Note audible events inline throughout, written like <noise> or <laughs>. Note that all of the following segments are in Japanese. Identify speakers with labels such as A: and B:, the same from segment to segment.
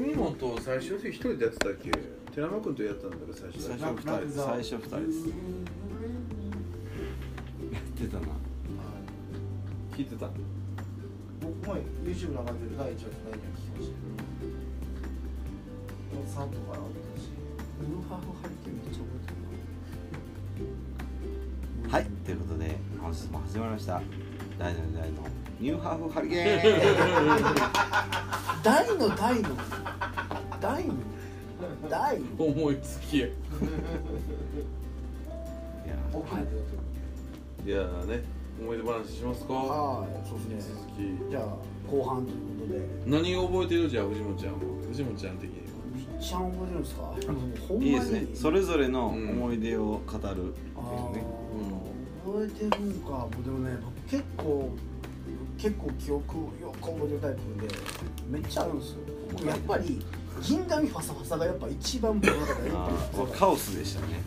A: 最初の時一人でやってたっけ寺間君とやったんだけど最初
B: 最
A: だけ
B: 初二人です最初二人ですやってたな聞いてた
C: 僕も YouTube の中で第一話と第二話聞きましたよ。3とかあったし。
D: ウハウハリってめっちゃ覚えてるな
B: はいということで本日も始まりました大の大のニューハーフハリケ <laughs> ーン
D: 大の大の大の大の
E: 思いつきや
B: いや
C: 奥まで出て
A: い
C: る
A: やーね思い出話しますか
D: はいそうですね
A: 続き
D: じゃあ後半ということで
A: 何を覚えてるじゃあ藤本ちゃんは藤本ちゃん的に
D: みっちゃん覚えてるんですかあのもうほんまに
B: いいですねそれぞれの思い出を語るってい
D: あ
B: うね、
D: ー覚えてるんかもうでもね僕結構結構記憶をよく覚えてるタイプでめっちゃあるんですよやっぱり銀紙ファサファサがやっぱ一番僕の中で
B: あーカオスでしたね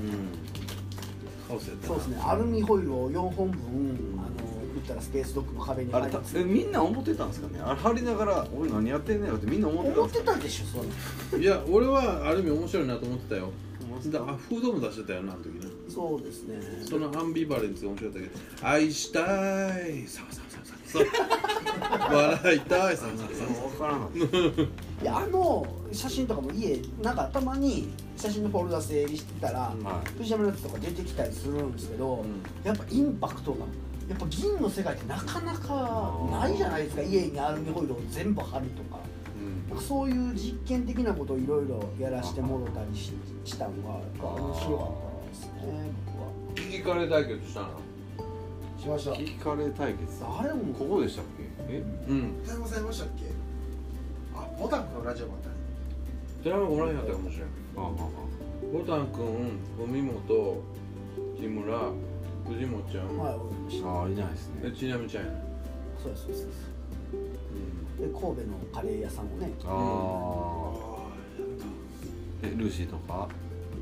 A: うんカオスやったな
D: そうですねアルミホイルを4本分あの打ったらスペースドッグの壁に
B: あ
D: 入
B: れ
D: って
B: たえみんな思ってたんですかねあれ貼りながら俺何やってんねやろってみんな思ってたん
D: 思っ
B: です
D: て
B: か
D: たでしょそれ
A: いや俺はある意味面白いなと思ってたよ
B: 思って
A: だからあフードも出してたよなあの時ね
D: そうですね
A: そのアンビバレンスが面白かったけど愛したいサワサワサワサワサワ笑いたいサワサワサワサワ
B: 分からん
D: いやあの写真とかも家なんかたまに写真のフォルダ整理してたら、
B: は
D: 藤山のやつとか出てきたりするんですけど、やっぱインパクトがやっぱ銀の世界ってなかなかないじゃないですか家にアルミホイルを全部貼るとか
A: うん
D: なんかそういう実験的なことをいろいろやらしてもろたりししたのがやっぱ面白かったですね
A: 聞かれ対決したの
C: しました。
B: い <laughs> 聞かれ対決
D: 僕は誰も
B: ここでしたっけえ
A: うん
C: 逮捕されましたっけあ、モタンクのラジオもあったね。
A: 寺山おらんやったかもしれん
B: あああ
A: ボタンくん文元木村藤本ちゃん、
D: はいおりまし
B: あああいないです
A: え
B: ね
A: ちなみちゃんやな、
D: たそうですそうですで神戸のカレー屋さんもね
B: ああえルーシーとか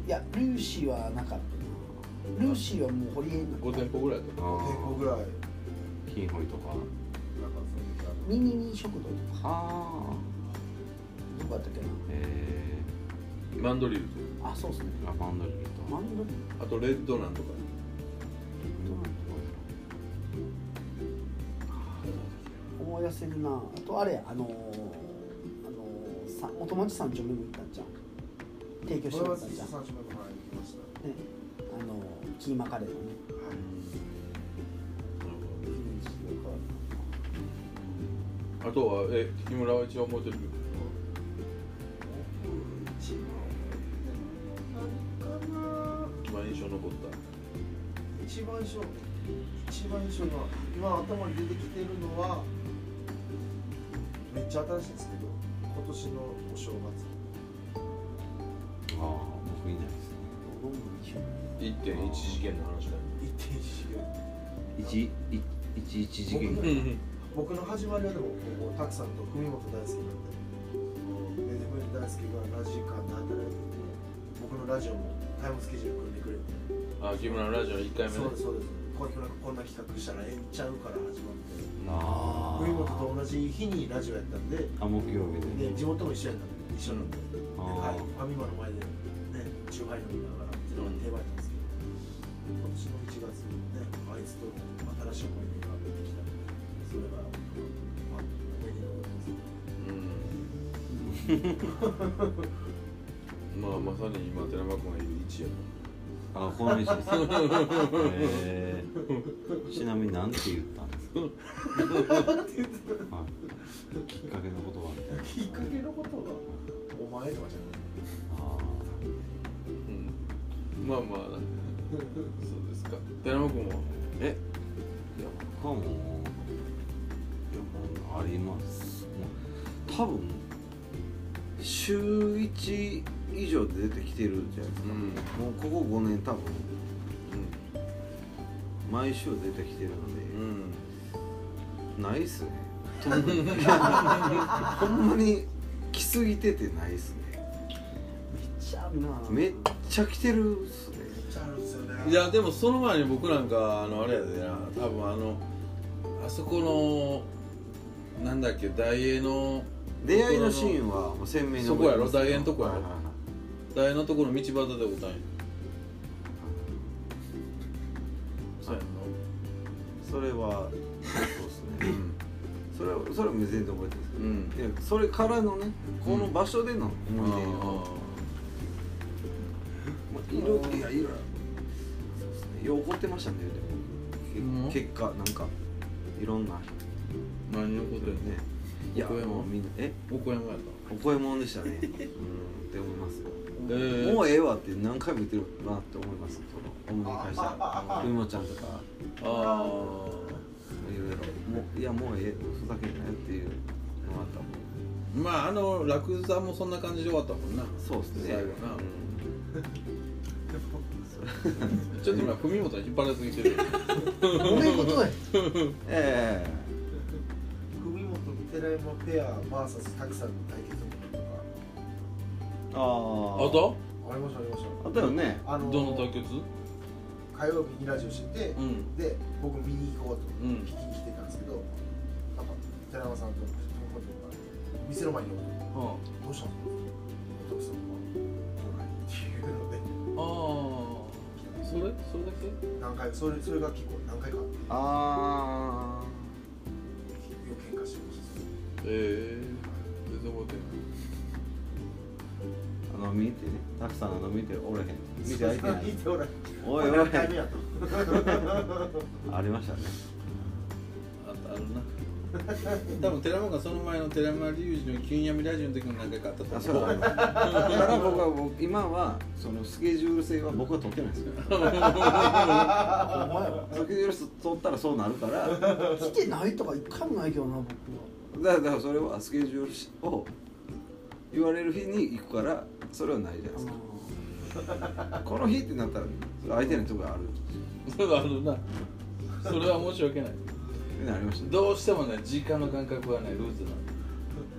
D: いやルーシーはなかったなルーシーはもう堀江にな
A: 5
D: った
A: 店舗ぐらいだっ
B: あ
A: た
C: 結構ぐらい。なんか
B: ー金堀とか
D: ミニミニ食堂とか
B: ああ
D: どこやったっけ
B: え
A: マンドリル
D: なあそうですね
B: ー、ラバンドリルと
D: マンドリン
A: とあとレッドなんとか
D: 思い出せるなあとあれやあのー、あのー、さお友達三丁目も行ったんじゃん提供して
C: 俺
D: もらっ
C: は
D: たん
C: 実
D: じゃ
C: 際
D: んね
C: 三種目もらいに行きました。
D: あのー、キーマカレーのね
A: あとはえ木村は一番覚えてる
C: はい。かな。
A: 一番印象残った
C: 一番印象一番印象が今頭に出てきてるのはめっちゃ新しいんですけど今年のお正
B: ああ僕いないですね
A: 1.1事件の話だよ
C: 月1.1次元
B: 一一一一事
A: う
B: 件
A: ん
C: 僕の始まりはでもこうたくさんと文元大輔がいてで文元大輔がラジカンで働いてて僕のラジオもタイムスケジュール組んでくれて
A: あ木村のラジオ1回目
C: そうですそうですこういうこんな企画したらええんちゃうから始まって
B: あ
C: 文元と同じ日にラジオやったんで
B: あ木曜日で
C: で地元も一緒やったんで一緒なんで
B: あ
C: はい、ファミマの前でね、チューハイ飲みながらっていうのが定番やったんですけど、今年の1月にね、あいつと新しい思い出が出てきたので、それが、まあ、思い出に残ってますね。
A: うんまあまさに今寺間君がいる位置やな
B: ああこの道ですねえー、ちなみに何て言ったんですかはいきっかけの言葉みたいな
C: きっかけのことが、お前とかじゃない。
B: あ
A: うんまあまあそうですか寺間君は
B: ーえいや僕はもういやもうありますもう多分週1以上で出てきてるじゃないです
A: う
B: か
A: ん
B: もうここ5年多分毎週出てきてるので、
A: うん
B: ないっすねほんまに来すぎててないっすね
D: めっちゃあるな
B: めっちゃ来てるっすね
C: めっちゃあるんですよね。
A: いやでもその前に僕なんかあのあれやでな多分あのあそこのなんだっけ大英の
B: 出会いのシーンはもう鮮明に覚えてます
A: そこやろ大変とこやろ
B: はいはいはい
A: 台のところ道端でおったんやそうやん
B: それはそうですねそれはそれは全然覚えてます
A: なうん
B: けどでそれからのねこの場所での思い出を、まあ、いろいろいやいろいろそうですねよう怒ってましたねでも
A: うん
B: け結果なんかいろんな
A: 何のことやね
B: ねいや
A: お声も
B: もうみんなえ
A: お小山やっ
B: お声もん
A: <laughs>
B: でしたねうんって思いますよ
A: たえ
B: もう
A: え
B: ええわって何回も言ってるなって思いますその思い返したらうもちゃんとか
A: あ
B: いろいろもういやもうええふざけんなよっていうのがあったもん
A: あまああの落座もそんな感じで終わったもんな
B: そうですね
A: 最後な
B: うん
A: ちょっと今文元に引っ張られすぎてる
D: どういうことだよ
B: え
C: 文元寺山ペア VS たくさんの対決とか
B: え
A: <laughs> あ
B: あ
A: と
C: ありましたありまし
B: あったよね
C: たあ
A: ど
C: の
A: の対決
C: 火曜日にラジオしてて、
A: うん
C: で僕見に行こうと
A: うん
C: 聞きに来てたんですけど、なんか寺山さんと友子とか店の前におって
A: あ
C: どうしたのお父さんが来ないっていうので
A: あそれそれだけ
C: 何回それそれが結構何回かあって
B: あ
C: よく喧嘩してました
A: ええ全然覚え
B: あの見てねたくさんあの見ておらへん見て
C: そ
B: 開
C: う
B: いてない
C: 見ておらん
B: おいおい
C: 何回目やと
B: ありましたね
A: てないああるな <laughs> 多分寺山がその前の寺山隆二の金闇ラジオの時も何回かあったと
B: あ
A: 思
B: そうだから僕は僕今はそのスケジュール性は僕は取ってないんですよ
D: お前は
B: スケジュール取ったらそうなるからだか
D: 来てないとか一回もないけどな僕は
B: らだからそれはスケジュールを言われる日に行くからそれはないじゃないですかこの日ってなったらそれ相手のとこがある
A: <laughs> そうだあるなそれは申し訳ない
B: ってなりましたね
A: どうしてもね時間の感覚はねルーズな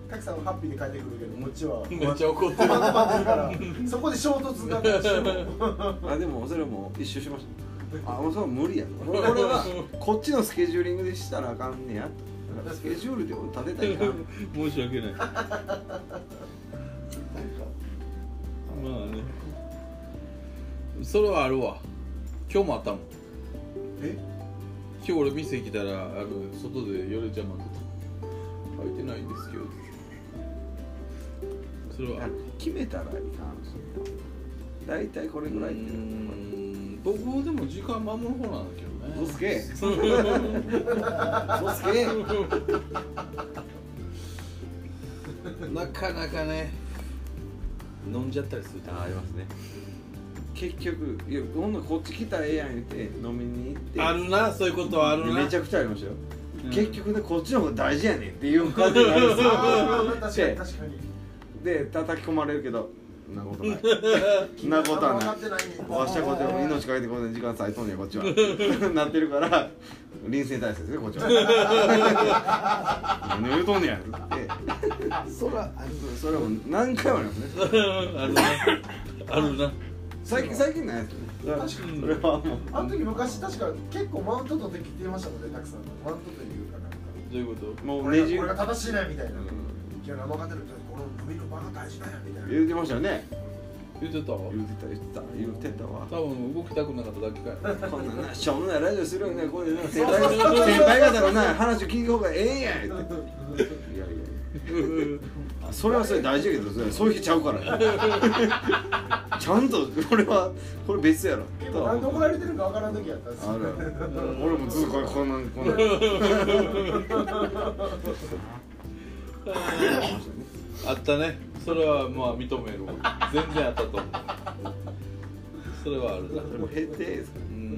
C: たくさんはハッピーで帰ってくるけどこっちは
A: <laughs> のめっちゃ怒ってる
C: パンパンってるからそこで衝突がどうしても
B: あでもそれはもう一周しましたあもうそれは無理やとこれはこっちのスケジューリングでしたらあかんねやとだからスケジュールで立てたいかん
A: <laughs> 申し訳ないまあねそれはあるわ今日もあったもん
C: え
A: 今日俺店来たらあの外で夜ちゃん待ってた空いてないんですけどそれはある
B: 決めたらいかんそれは大体これぐらいって
A: うーん僕でも時間守る方なんだけどね
B: 嘘つ
A: <laughs>
B: け嘘つけ
A: なかなかね飲んじゃったりすると
B: あありますね <laughs> 結局いやほんならこっち来たらええやん言って飲みに行って
A: あるなそういうことはあるな
B: めちゃくちゃありましたよ、
A: うん
B: 結局ねこっちの方が大事やねんっていう感じになるんですよ
C: あー確かに確かに
B: で叩き込まれるけどんなことないんなことは
C: <laughs> 分か
B: な
C: っ
B: い
C: てないねん
B: わしゃこっちは命かけてこんな時間割いとんねんこっ <laughs> ちはなってるから臨戦態勢ですねこっ <laughs> ちは何を言うとんねやって
D: そらあの
B: それはもう何回もありますね
A: あるなあるな
B: 最近最近ないですよねだから
A: 確かに
B: それはもう
C: あの時昔確か結構マウント取ってきてましたもんねたくさんマウントというかなんか
A: どういうこと
B: も
C: こ
B: う
C: れ
B: レ
C: が
B: ジ
C: これが正しいねみたいな
B: う
C: 今
B: ん
C: 日生かってるとこの海の場が大事だよみたいな
B: 言うてましたよね
A: 言ってたわ
B: 言うてた言ってた言うてたわ
A: 多分動きたくなかっただけかよ
B: こんななしょうもないラジオするよねこういうな先輩方先輩方のな話を聞いた方がええんやっていやいやいやそれはそれ大事やけどそれそういう日ちゃうから <laughs> ちゃんとこれはこれ別やろ
C: 結
B: と
C: 構
B: は
C: 何で
B: 思
C: 怒
B: う
C: られてるか分からん時やったんです
B: あ
C: よ
B: るある俺もずっとこれこんなんこんなんあ
A: あったねそれはまあ認めるわ全然あったと思うそれはあるな
B: れも減ってですか
A: うん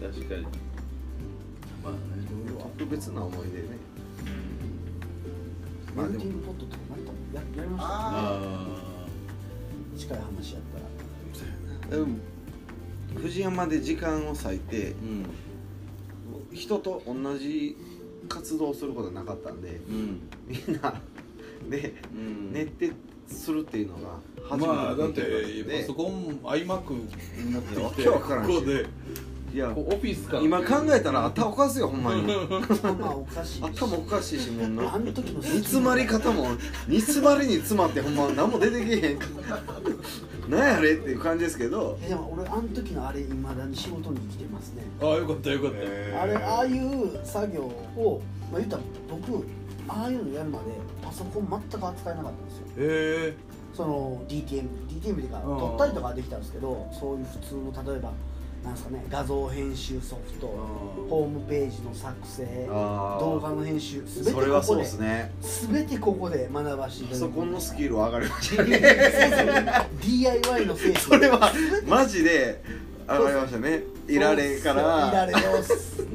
A: 確かにまあね
B: 特別な思い出ねま
D: メル
B: あで
D: テ
B: も
D: ィングポットとかなんかややりました
C: あ
A: あ
D: 近い話やったら
B: でも藤山で時間を割いて
A: ーうん
B: 人と同じ活動をすることはなかったんで
A: うん
B: みんなで
A: うん
B: 寝てするっていうのが初めて
A: まあだっ
B: で
A: てパソコン iMac になってきて
B: いやわけわからんし
A: ここで
B: いや
A: こうオフィス感
B: 今考えたら頭おかしいよほんまに
D: 頭おかしいし
B: 頭おかしいしもう
D: あ
B: な
D: の時の
B: 煮詰まり方も煮詰まりに詰まってほんま何も出てけへんなんやあれっていう感じですけど
D: えでも俺あの時のあれいまだに仕事に生きてますね
A: ああよかったよかった、
D: あれああいう作業をまあ言ったら僕ああいうのやるまでパソコン全く扱えなかったんですよ
A: へえ
D: その DTM DTM っていうか
A: うん
D: 撮ったりとかはできたんですけどそういう普通の例えばなんですかね画像編集ソフトホームページの作成
B: あー
D: 動画の編集全て
B: それ
D: こ
B: はそ
D: こ
B: うで
D: です
B: ね
D: 全てここで学ばしてい
B: パソコンのスキルは上がりまし
D: そうそう <laughs> DIY の精神
B: た <laughs> それはマジで上がりましたねいられか
D: そういら
B: ら
D: れを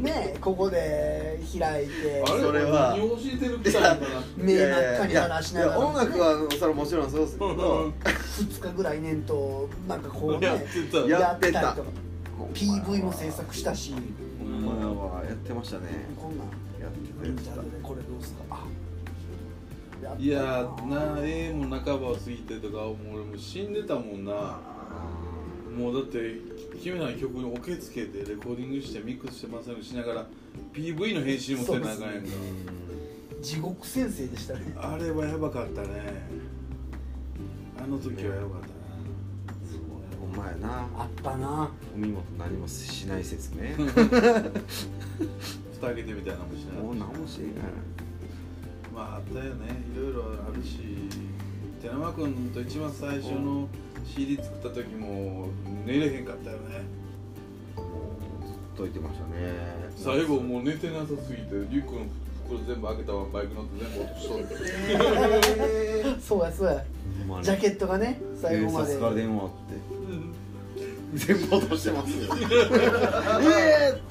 D: ねここで開いて
A: あれ
B: それは
A: 何を教えてるみたいな
D: 目真っ赤に話しなが
B: いやいや音
D: ら
B: 楽はそれはもちろんそうですけど
D: 2日ぐらい念となんかこうね
A: やってた
B: いや
D: やってたりとか
B: ほんまや
D: PV も制作したし
B: ほんまやわやってましたね
D: こんなん
B: やってた
D: イン
B: やって
D: ター
B: た
D: ネットでこれどうすかあやった
A: いやーなええもん半ばを過ぎてとかもう俺もう死んでたもんなもうだって君らの曲におけつけてレコーディングしてミックスしてませんしながら PV の編集もせなあかんやんか、
D: 地獄先生でしたね
A: あれはやばかったねあの時はやばかった
B: お前な
D: あったな
B: お見事何もしない説ね
A: な蓋開けてみたいなのもしない
B: もう何もしていない
A: まああったよねいろいろあるし寺間君と一番最初の CD 作った時も寝れへんかったよね
B: もうずっといてましたね
A: 最後もう寝てなさすぎてリュックの袋全部開けたままバイク乗って全部落としとる
D: そうやそうやジャケットがね最後まで
B: 警察から電話あって全部落としてますよええ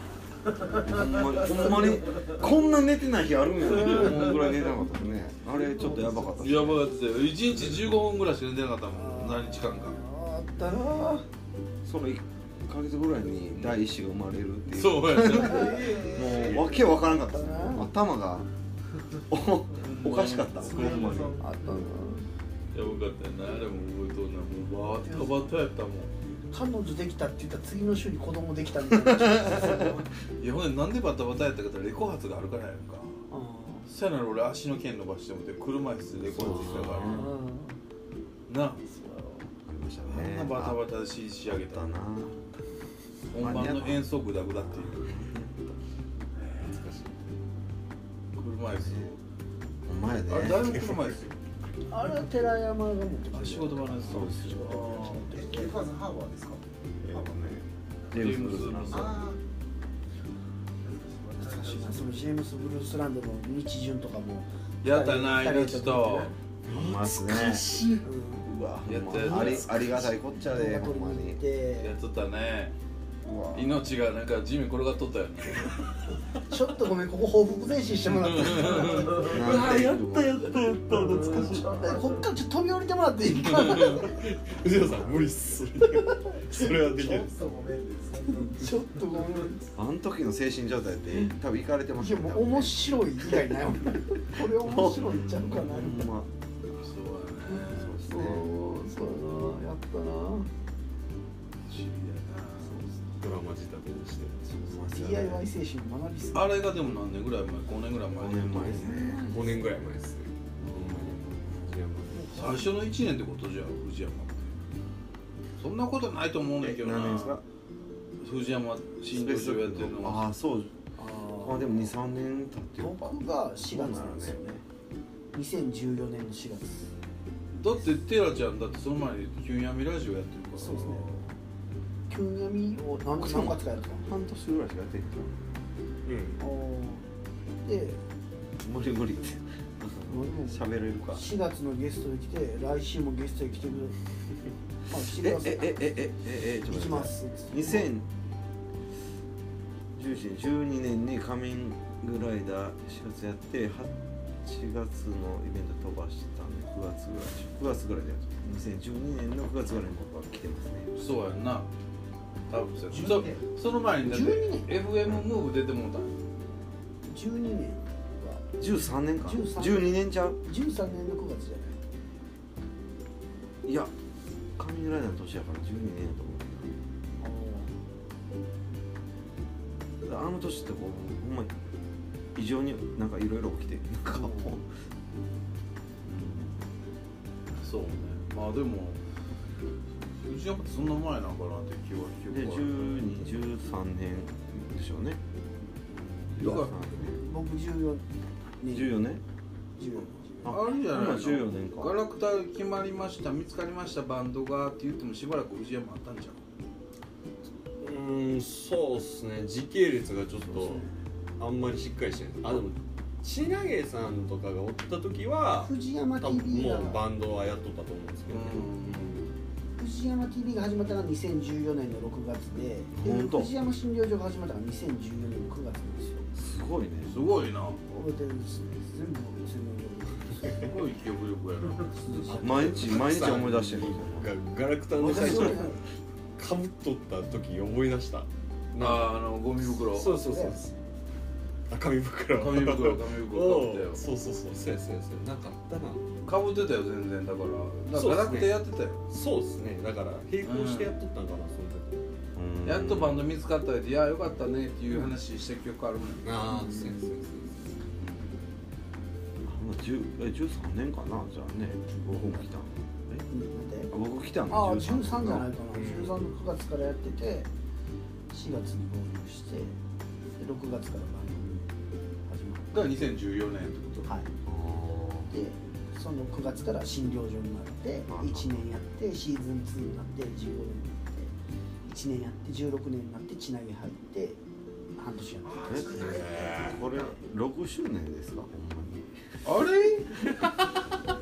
B: ほんまにほんまにこんな寝てない日あるんやねこんぐらい寝てなかったですねあれちょっとやばかったです
A: やばかったよ1日15分ぐらいしか寝てなかったもん何時間か
D: あったな
B: その1ヶ月ぐらいに第一子が生まれるっていう
A: そう <laughs> やね
B: もうわけわからんかったですね頭がおおかしかったほんまにあったな
A: やばかったよねあれも覚えとんなもうバタバタやったもん
D: 彼女できたって言ったら次の週に子供できたみたいな
A: いやほんでなんでバタバタやったかってレコ発があるからやんか
D: う
A: そやなら俺足の腱伸ばしてもって車椅子でレコ発したから
D: んうん
A: なあ
B: ありましたね
A: あんなバタバタで仕仕上げ
B: あったたな
A: 本番の演奏グダグダっていう
B: 懐かしい
A: 車椅子
B: ほんまやで
A: あれだいぶ車椅子
D: あれは寺山が持って
A: あ
B: <laughs>
D: ま
A: 仕
D: し
A: 事場のやつ
B: そうですよ
C: えエファーズハーバーですか
B: えっとね
A: ジェー
B: ジェー
A: ム
B: ム
A: ズ
B: ズ・ブルース
A: あ
B: ラ
C: あ
D: たしなそのジェームス・ブルースランドの日順とかも
A: やったな命と
B: ほんまっすね
D: しい、うん、
B: うわ
A: やったやつ
B: ほんまありありがたいこっちゃでほ
D: 取り
B: んま
D: に行
B: に
D: って
A: やっとったね
B: うわ
A: 命がなんか地面転がっとったよね
D: ちょっとごめんここ報復前進してもらって
B: なんていうの
A: ったやった懐かしい
D: こっからちょっと飛び降りてもらっていいか
A: 藤田さん無理っすそれはで
C: ちょっとごめんです
D: ちょっとごめん
B: あの時の精神状態って多分いかれてま
D: い
B: し
D: や
B: たね
D: も
B: 多
D: う
B: 分ね
D: 面白い以外ないもんこれ面白いんちゃうかなみたいな
B: ほ
A: そうだ
B: んま
A: ね
B: そうです
D: そう
B: ね
D: そうやなやった
A: 不
D: な
A: 思議だなドラマ仕立てにして
B: そうっすよね
D: DIY 精神の学びっすね
A: あれがでも何年ぐらい前5年ぐらい前
B: 五年前ですね
E: 5年ぐらい前ですねほんまに
A: 最初の1年ってことじゃん藤山ってそんなことないと思うねんだけどな
B: 何年ですか
A: 藤山新道場やってるの
B: ああそう
D: あ
B: まあでも23年経ってるか
D: 僕が4月なんですよね2014年の4月
A: だってテラちゃんだってその前にキュンヤミラジオやってるから
D: そうですね急にを何何月かやったの
B: 半年ぐらいしかやってんじ
E: うん
D: で
B: ゃん無理無理って喋れるか
D: 4月のゲストで来て来週もゲストで来てくれるまあ来てく
B: え
D: ださい
B: ええええええちょ
D: 行
B: っ
D: き
B: と待
D: ま
B: って
D: す
B: 2011年12年に仮面グライダー4月やって8月のイベント飛ばしたんで9月ぐらい9月ぐらいでやった2012年の9月ぐらいに僕は来てますね
A: そうやんな多分そうやんそその前にだって
D: 12
A: FM ムーブ出てもうたんや
D: 12年は
B: 13年か
D: 13
B: 12年ちゃう
D: 13年の9月じゃ
B: いや仮面グライダーの年やから12年やと思う
D: ない
B: あの年ってこうほんま異常になんかいろいろ起きてなんかもう
A: そうねまあでもうちなんかそんな前なんかなって気は気
B: <laughs> で
A: は
B: 1213年でしょうね
A: いや
B: 13
D: 僕14
B: 年
D: 年
B: 14年
D: 14
A: あるんじゃないの
B: 今14年か
A: ガラクタ決まりました見つかりましたバンドがって言ってもしばらく藤山あったんじゃん
E: うんそうっすね時系列がちょっとあんまりしっかりしてないあでもちなげさんとかがおった時は
D: 藤山
E: 多分も
D: TV
E: う
D: が
E: バンドはやっとったと思うんですけど、
D: 藤山 TV が始まったのが2014年の6月でで
B: ほんと
D: 藤山診療所が始まったのが2014年の9月なんですよ
B: すごいね
A: すごいな
D: 覚えてるんですね全部専門用
A: すごい記憶力やな
B: 毎日毎日思い出してる
E: ガラクタの
D: 語
E: 最
D: 私
E: 初
D: それ
E: かぶっとった時思い出した
A: あ
E: あ
A: ーあのゴミ袋
E: そうそうそうあ紙袋
A: 紙袋紙袋
E: を
A: 買ったよ
E: そうそうそうそうやそうやそうやなんかあったな
A: かぶってたよ全然だからだからガラクタやってたよ、
E: そうですねだから並行してやっとったんかな、その時
A: やっとバン
B: ド
A: ド見つかったって「いやよかったね」っていう話した記憶あるもん、
E: ああそうやそうやそうや
B: 13年かなじゃあね僕来たのえ
D: うんで
B: あ僕来た
D: ああ
B: の
D: 13じゃないかな、
B: い
D: 13の9月からやってて4月に合流してで6月から番組始ま
A: が2014年ってこと
D: ってはいでその9月から診療所になって
B: ああ
D: 1年やってシーズン2になって15年になって1年やって16年になってちなぎ入って半年やって
B: えこれ6周年ですか
A: あれ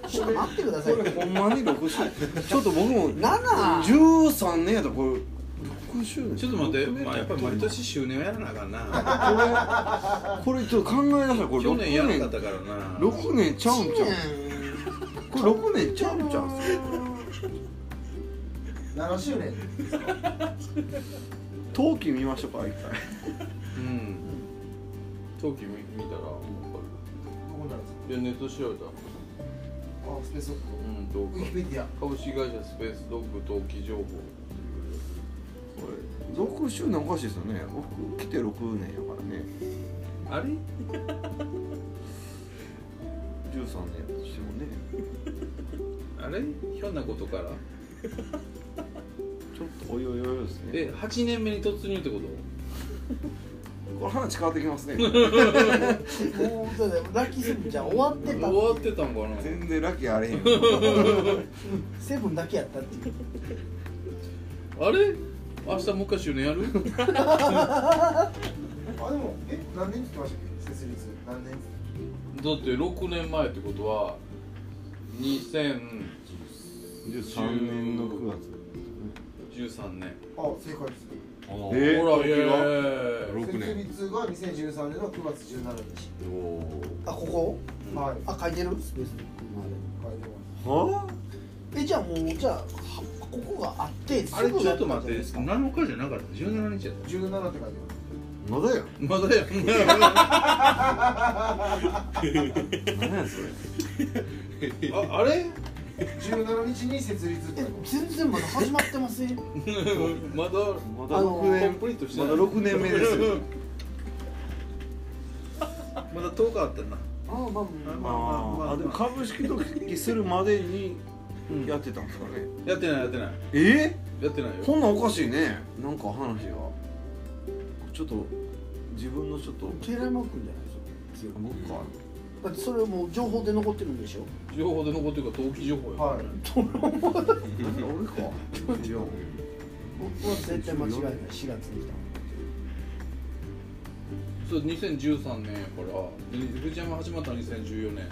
D: ちょっと待ってください
B: ほんまにほんまに6周年ちょっと僕も
D: 7
B: 13年やとこれ6周年
A: ちょっと待って、まあ、やっぱり毎年周年はやらなあかんな
B: これちょっと考え出したらこれ
A: 去
B: 6
A: 年やらなかっ
B: 年
A: たからな
B: 6年ちゃうんちゃうこれ6年ちゃうんちゃう
C: 7周年
B: 冬季見ましょうか一回
A: うん陶器見見たらわか
C: どこになるんですか
A: るいやネット調べた
C: あスペースウ
A: うんと
C: ィキペディア
A: 株式会社スペースドッグ陶器情報
B: これ6周年おかしいですよね僕来て6年やか
A: あ
B: らね
A: れ
B: 13年やとしてもね
A: あれひょんなことから
B: ちょっとおいおいおいおいですね
A: え8年目に突入ってこと
B: これ話変わってきま
A: <laughs>
B: すね
D: <laughs> もうそうだよラッキーセブンじゃん終わってた
A: 終わってたんかな
B: 全然ラッキー
A: <laughs>
B: あれへん
D: セブンだけやったっていう
A: あれ明日もう一回周年やる
C: あでもえ何年って言ってましたっけ設立何年
A: だって6年前ってことは2013
B: 13年の9月
A: 年
C: あ正解です
E: そう
B: え
A: ほら
B: 時
A: イエ
B: が
A: ーイ
E: 6
C: 設
E: 年
C: 立が2013年の9月17日、
E: おお
D: <laughs> あここ
C: はい
D: あ書いてるスペースに
C: 書いて
B: はあ
D: えじゃあもうじゃあはここがあって
A: あれちょっと待って
D: すぐやたんじゃない
A: 7日じゃなかった17日やった
C: ます17って書いてます
B: まだや
A: ま <laughs> だやんな
B: 何やそれ
A: ああれ
C: 17日に設立って書いて
D: で
C: ま
D: すかえ全然ま
C: す
D: だ始まってませんま
A: まだ
B: ま
D: あ
B: だ
D: の
A: コ
B: 6年
A: ンプリートして
B: ま
A: ない
B: だ6年目です <laughs> よ
A: <laughs> まだ10日あったな
D: あまあまあ
B: まああでも株式登記するまでにやってたんですかね
A: やってないやってない
B: え
A: やってない
B: ー
A: よ
B: こんなんおかしいねなんか話がちょっと自分のちょっと
D: 寺山君じゃないです
B: 僕か
D: かだってそれもう情報で残ってるんでしょ
A: 情報で残ってるから登記情報や
C: はい
B: 俺かいや
D: 僕は絶対間違いない4月に来た
A: そう2013年やからで藤山始まったの2014年
D: のはい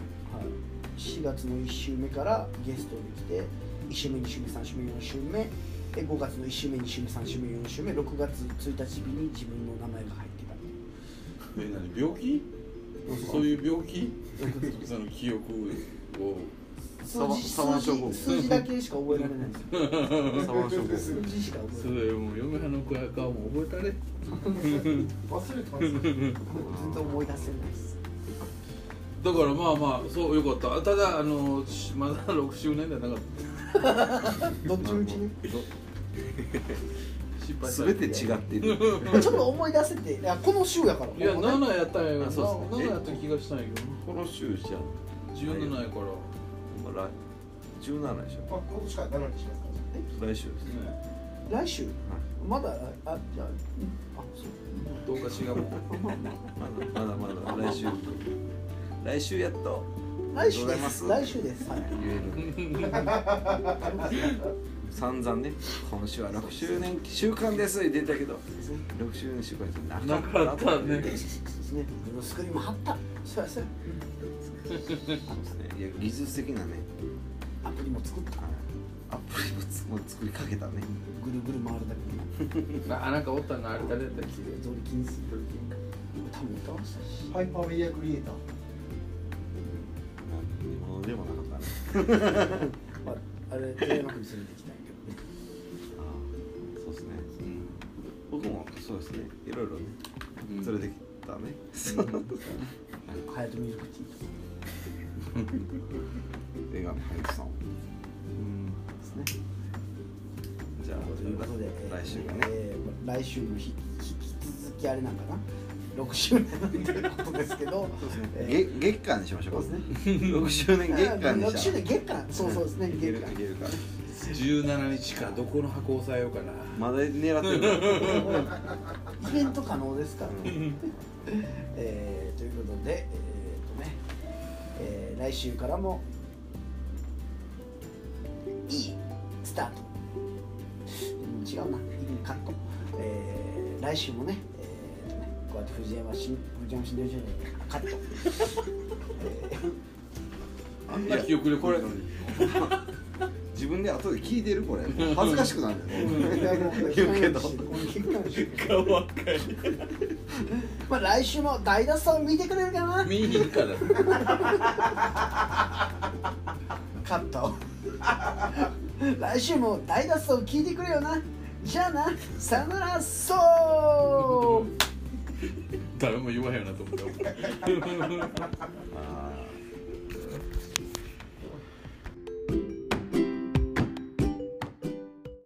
D: 4月の1週目からゲストに来て1週目2週目3週目4週目で5月の1週目2週目3週目4週目6月1日日に自分の名前が入ってた
A: え何病気そういう病気その記憶を
D: 数字
B: サワ
D: 数
B: サワ
D: 字
B: シ
D: 数字だけしか覚えられないんですよ
B: 沢所
D: 数字しか覚えられな
A: そ
D: い
A: れもう嫁はんの子や顔も覚えたれ
C: 忘れてます
D: 全然思い出せないです。
A: だからまあまあそうよかったただあのしまだ6周年ではなかっ
D: どっちみちね。
A: た失敗され
B: 全
A: て
B: て違ってる
D: ちょっと思い出せていやこの週やから
A: いや
D: ここね
A: 7やったんやけど
B: あそうっすね
A: 7やった気がしたんやけ
B: この週じゃ
A: ど17やから
B: ほんま来17でし
C: あ今年から7にします
B: ょ来
C: か
B: 週ですね
A: ね
D: 来週
B: はい
D: まだああじゃあうんあそう
A: どうかしがも
B: まだまだまだ来週来週やっと
D: 来週
B: ありがとうござ
D: で
B: いますす
D: 来週ですはい
B: 言える散々ね今週は6周年週間ですって言ってたけど6周年週間です
A: <laughs> なかったね
D: ですねブロスクリーム貼ったそうやそうや
B: そうですねいや技術的なね
D: アプリも作った
B: はいアプリもつもう作りかけたね
D: ぐるぐる回るだけ
A: あ <laughs> なんかおったなあれ誰やったっけ
D: でゾリキンス多分歌わせたし
C: ハイパーメディアクリエイター
B: 何者でもなかったね
D: まああれテレマクに連れてきたんやけどね
B: ああそうですね、僕もそうですねいろいろね
A: うん
B: 連れてきたね、
D: ハヤトミルクティーとか
B: 映画の俳優さんを
A: うん
D: ですね
B: じゃあ
D: ということで、えー
B: 来週がね、
D: えー来週もひ引き続きあれなんか
B: <laughs>
D: な6周年ということですけど
B: そうですね
D: えー
B: 月月間にしましょう
D: そう
B: <laughs> 6周年月間に
D: 6
B: し
D: 周
B: た
D: 年月間そうそうですね
B: いけ
D: 月
B: る
D: 間
B: かいけるか
A: 17日かどこの箱押さえようかな
B: まだ狙ってる
D: イベント可能ですから、
B: う
D: えーということでえー、とね、えー来週からもいいスタートうん違うないいカット、えー来週もね,、えーとねこうやって藤山新藤山新郎じゃないカット、えー
A: あんな記憶力
B: これ <laughs>
A: いいのに
B: 自分で後で聞いてるこれもう恥ずかしくなるね言うけど
E: 顔ばっかり
D: まあ来週も大脱走を見てくれるかな
A: 見に行く <laughs> から
D: カット来週も大脱走を聞いてくれよなじゃあなさよならそう
A: 誰も言わへんようなと思った
B: あー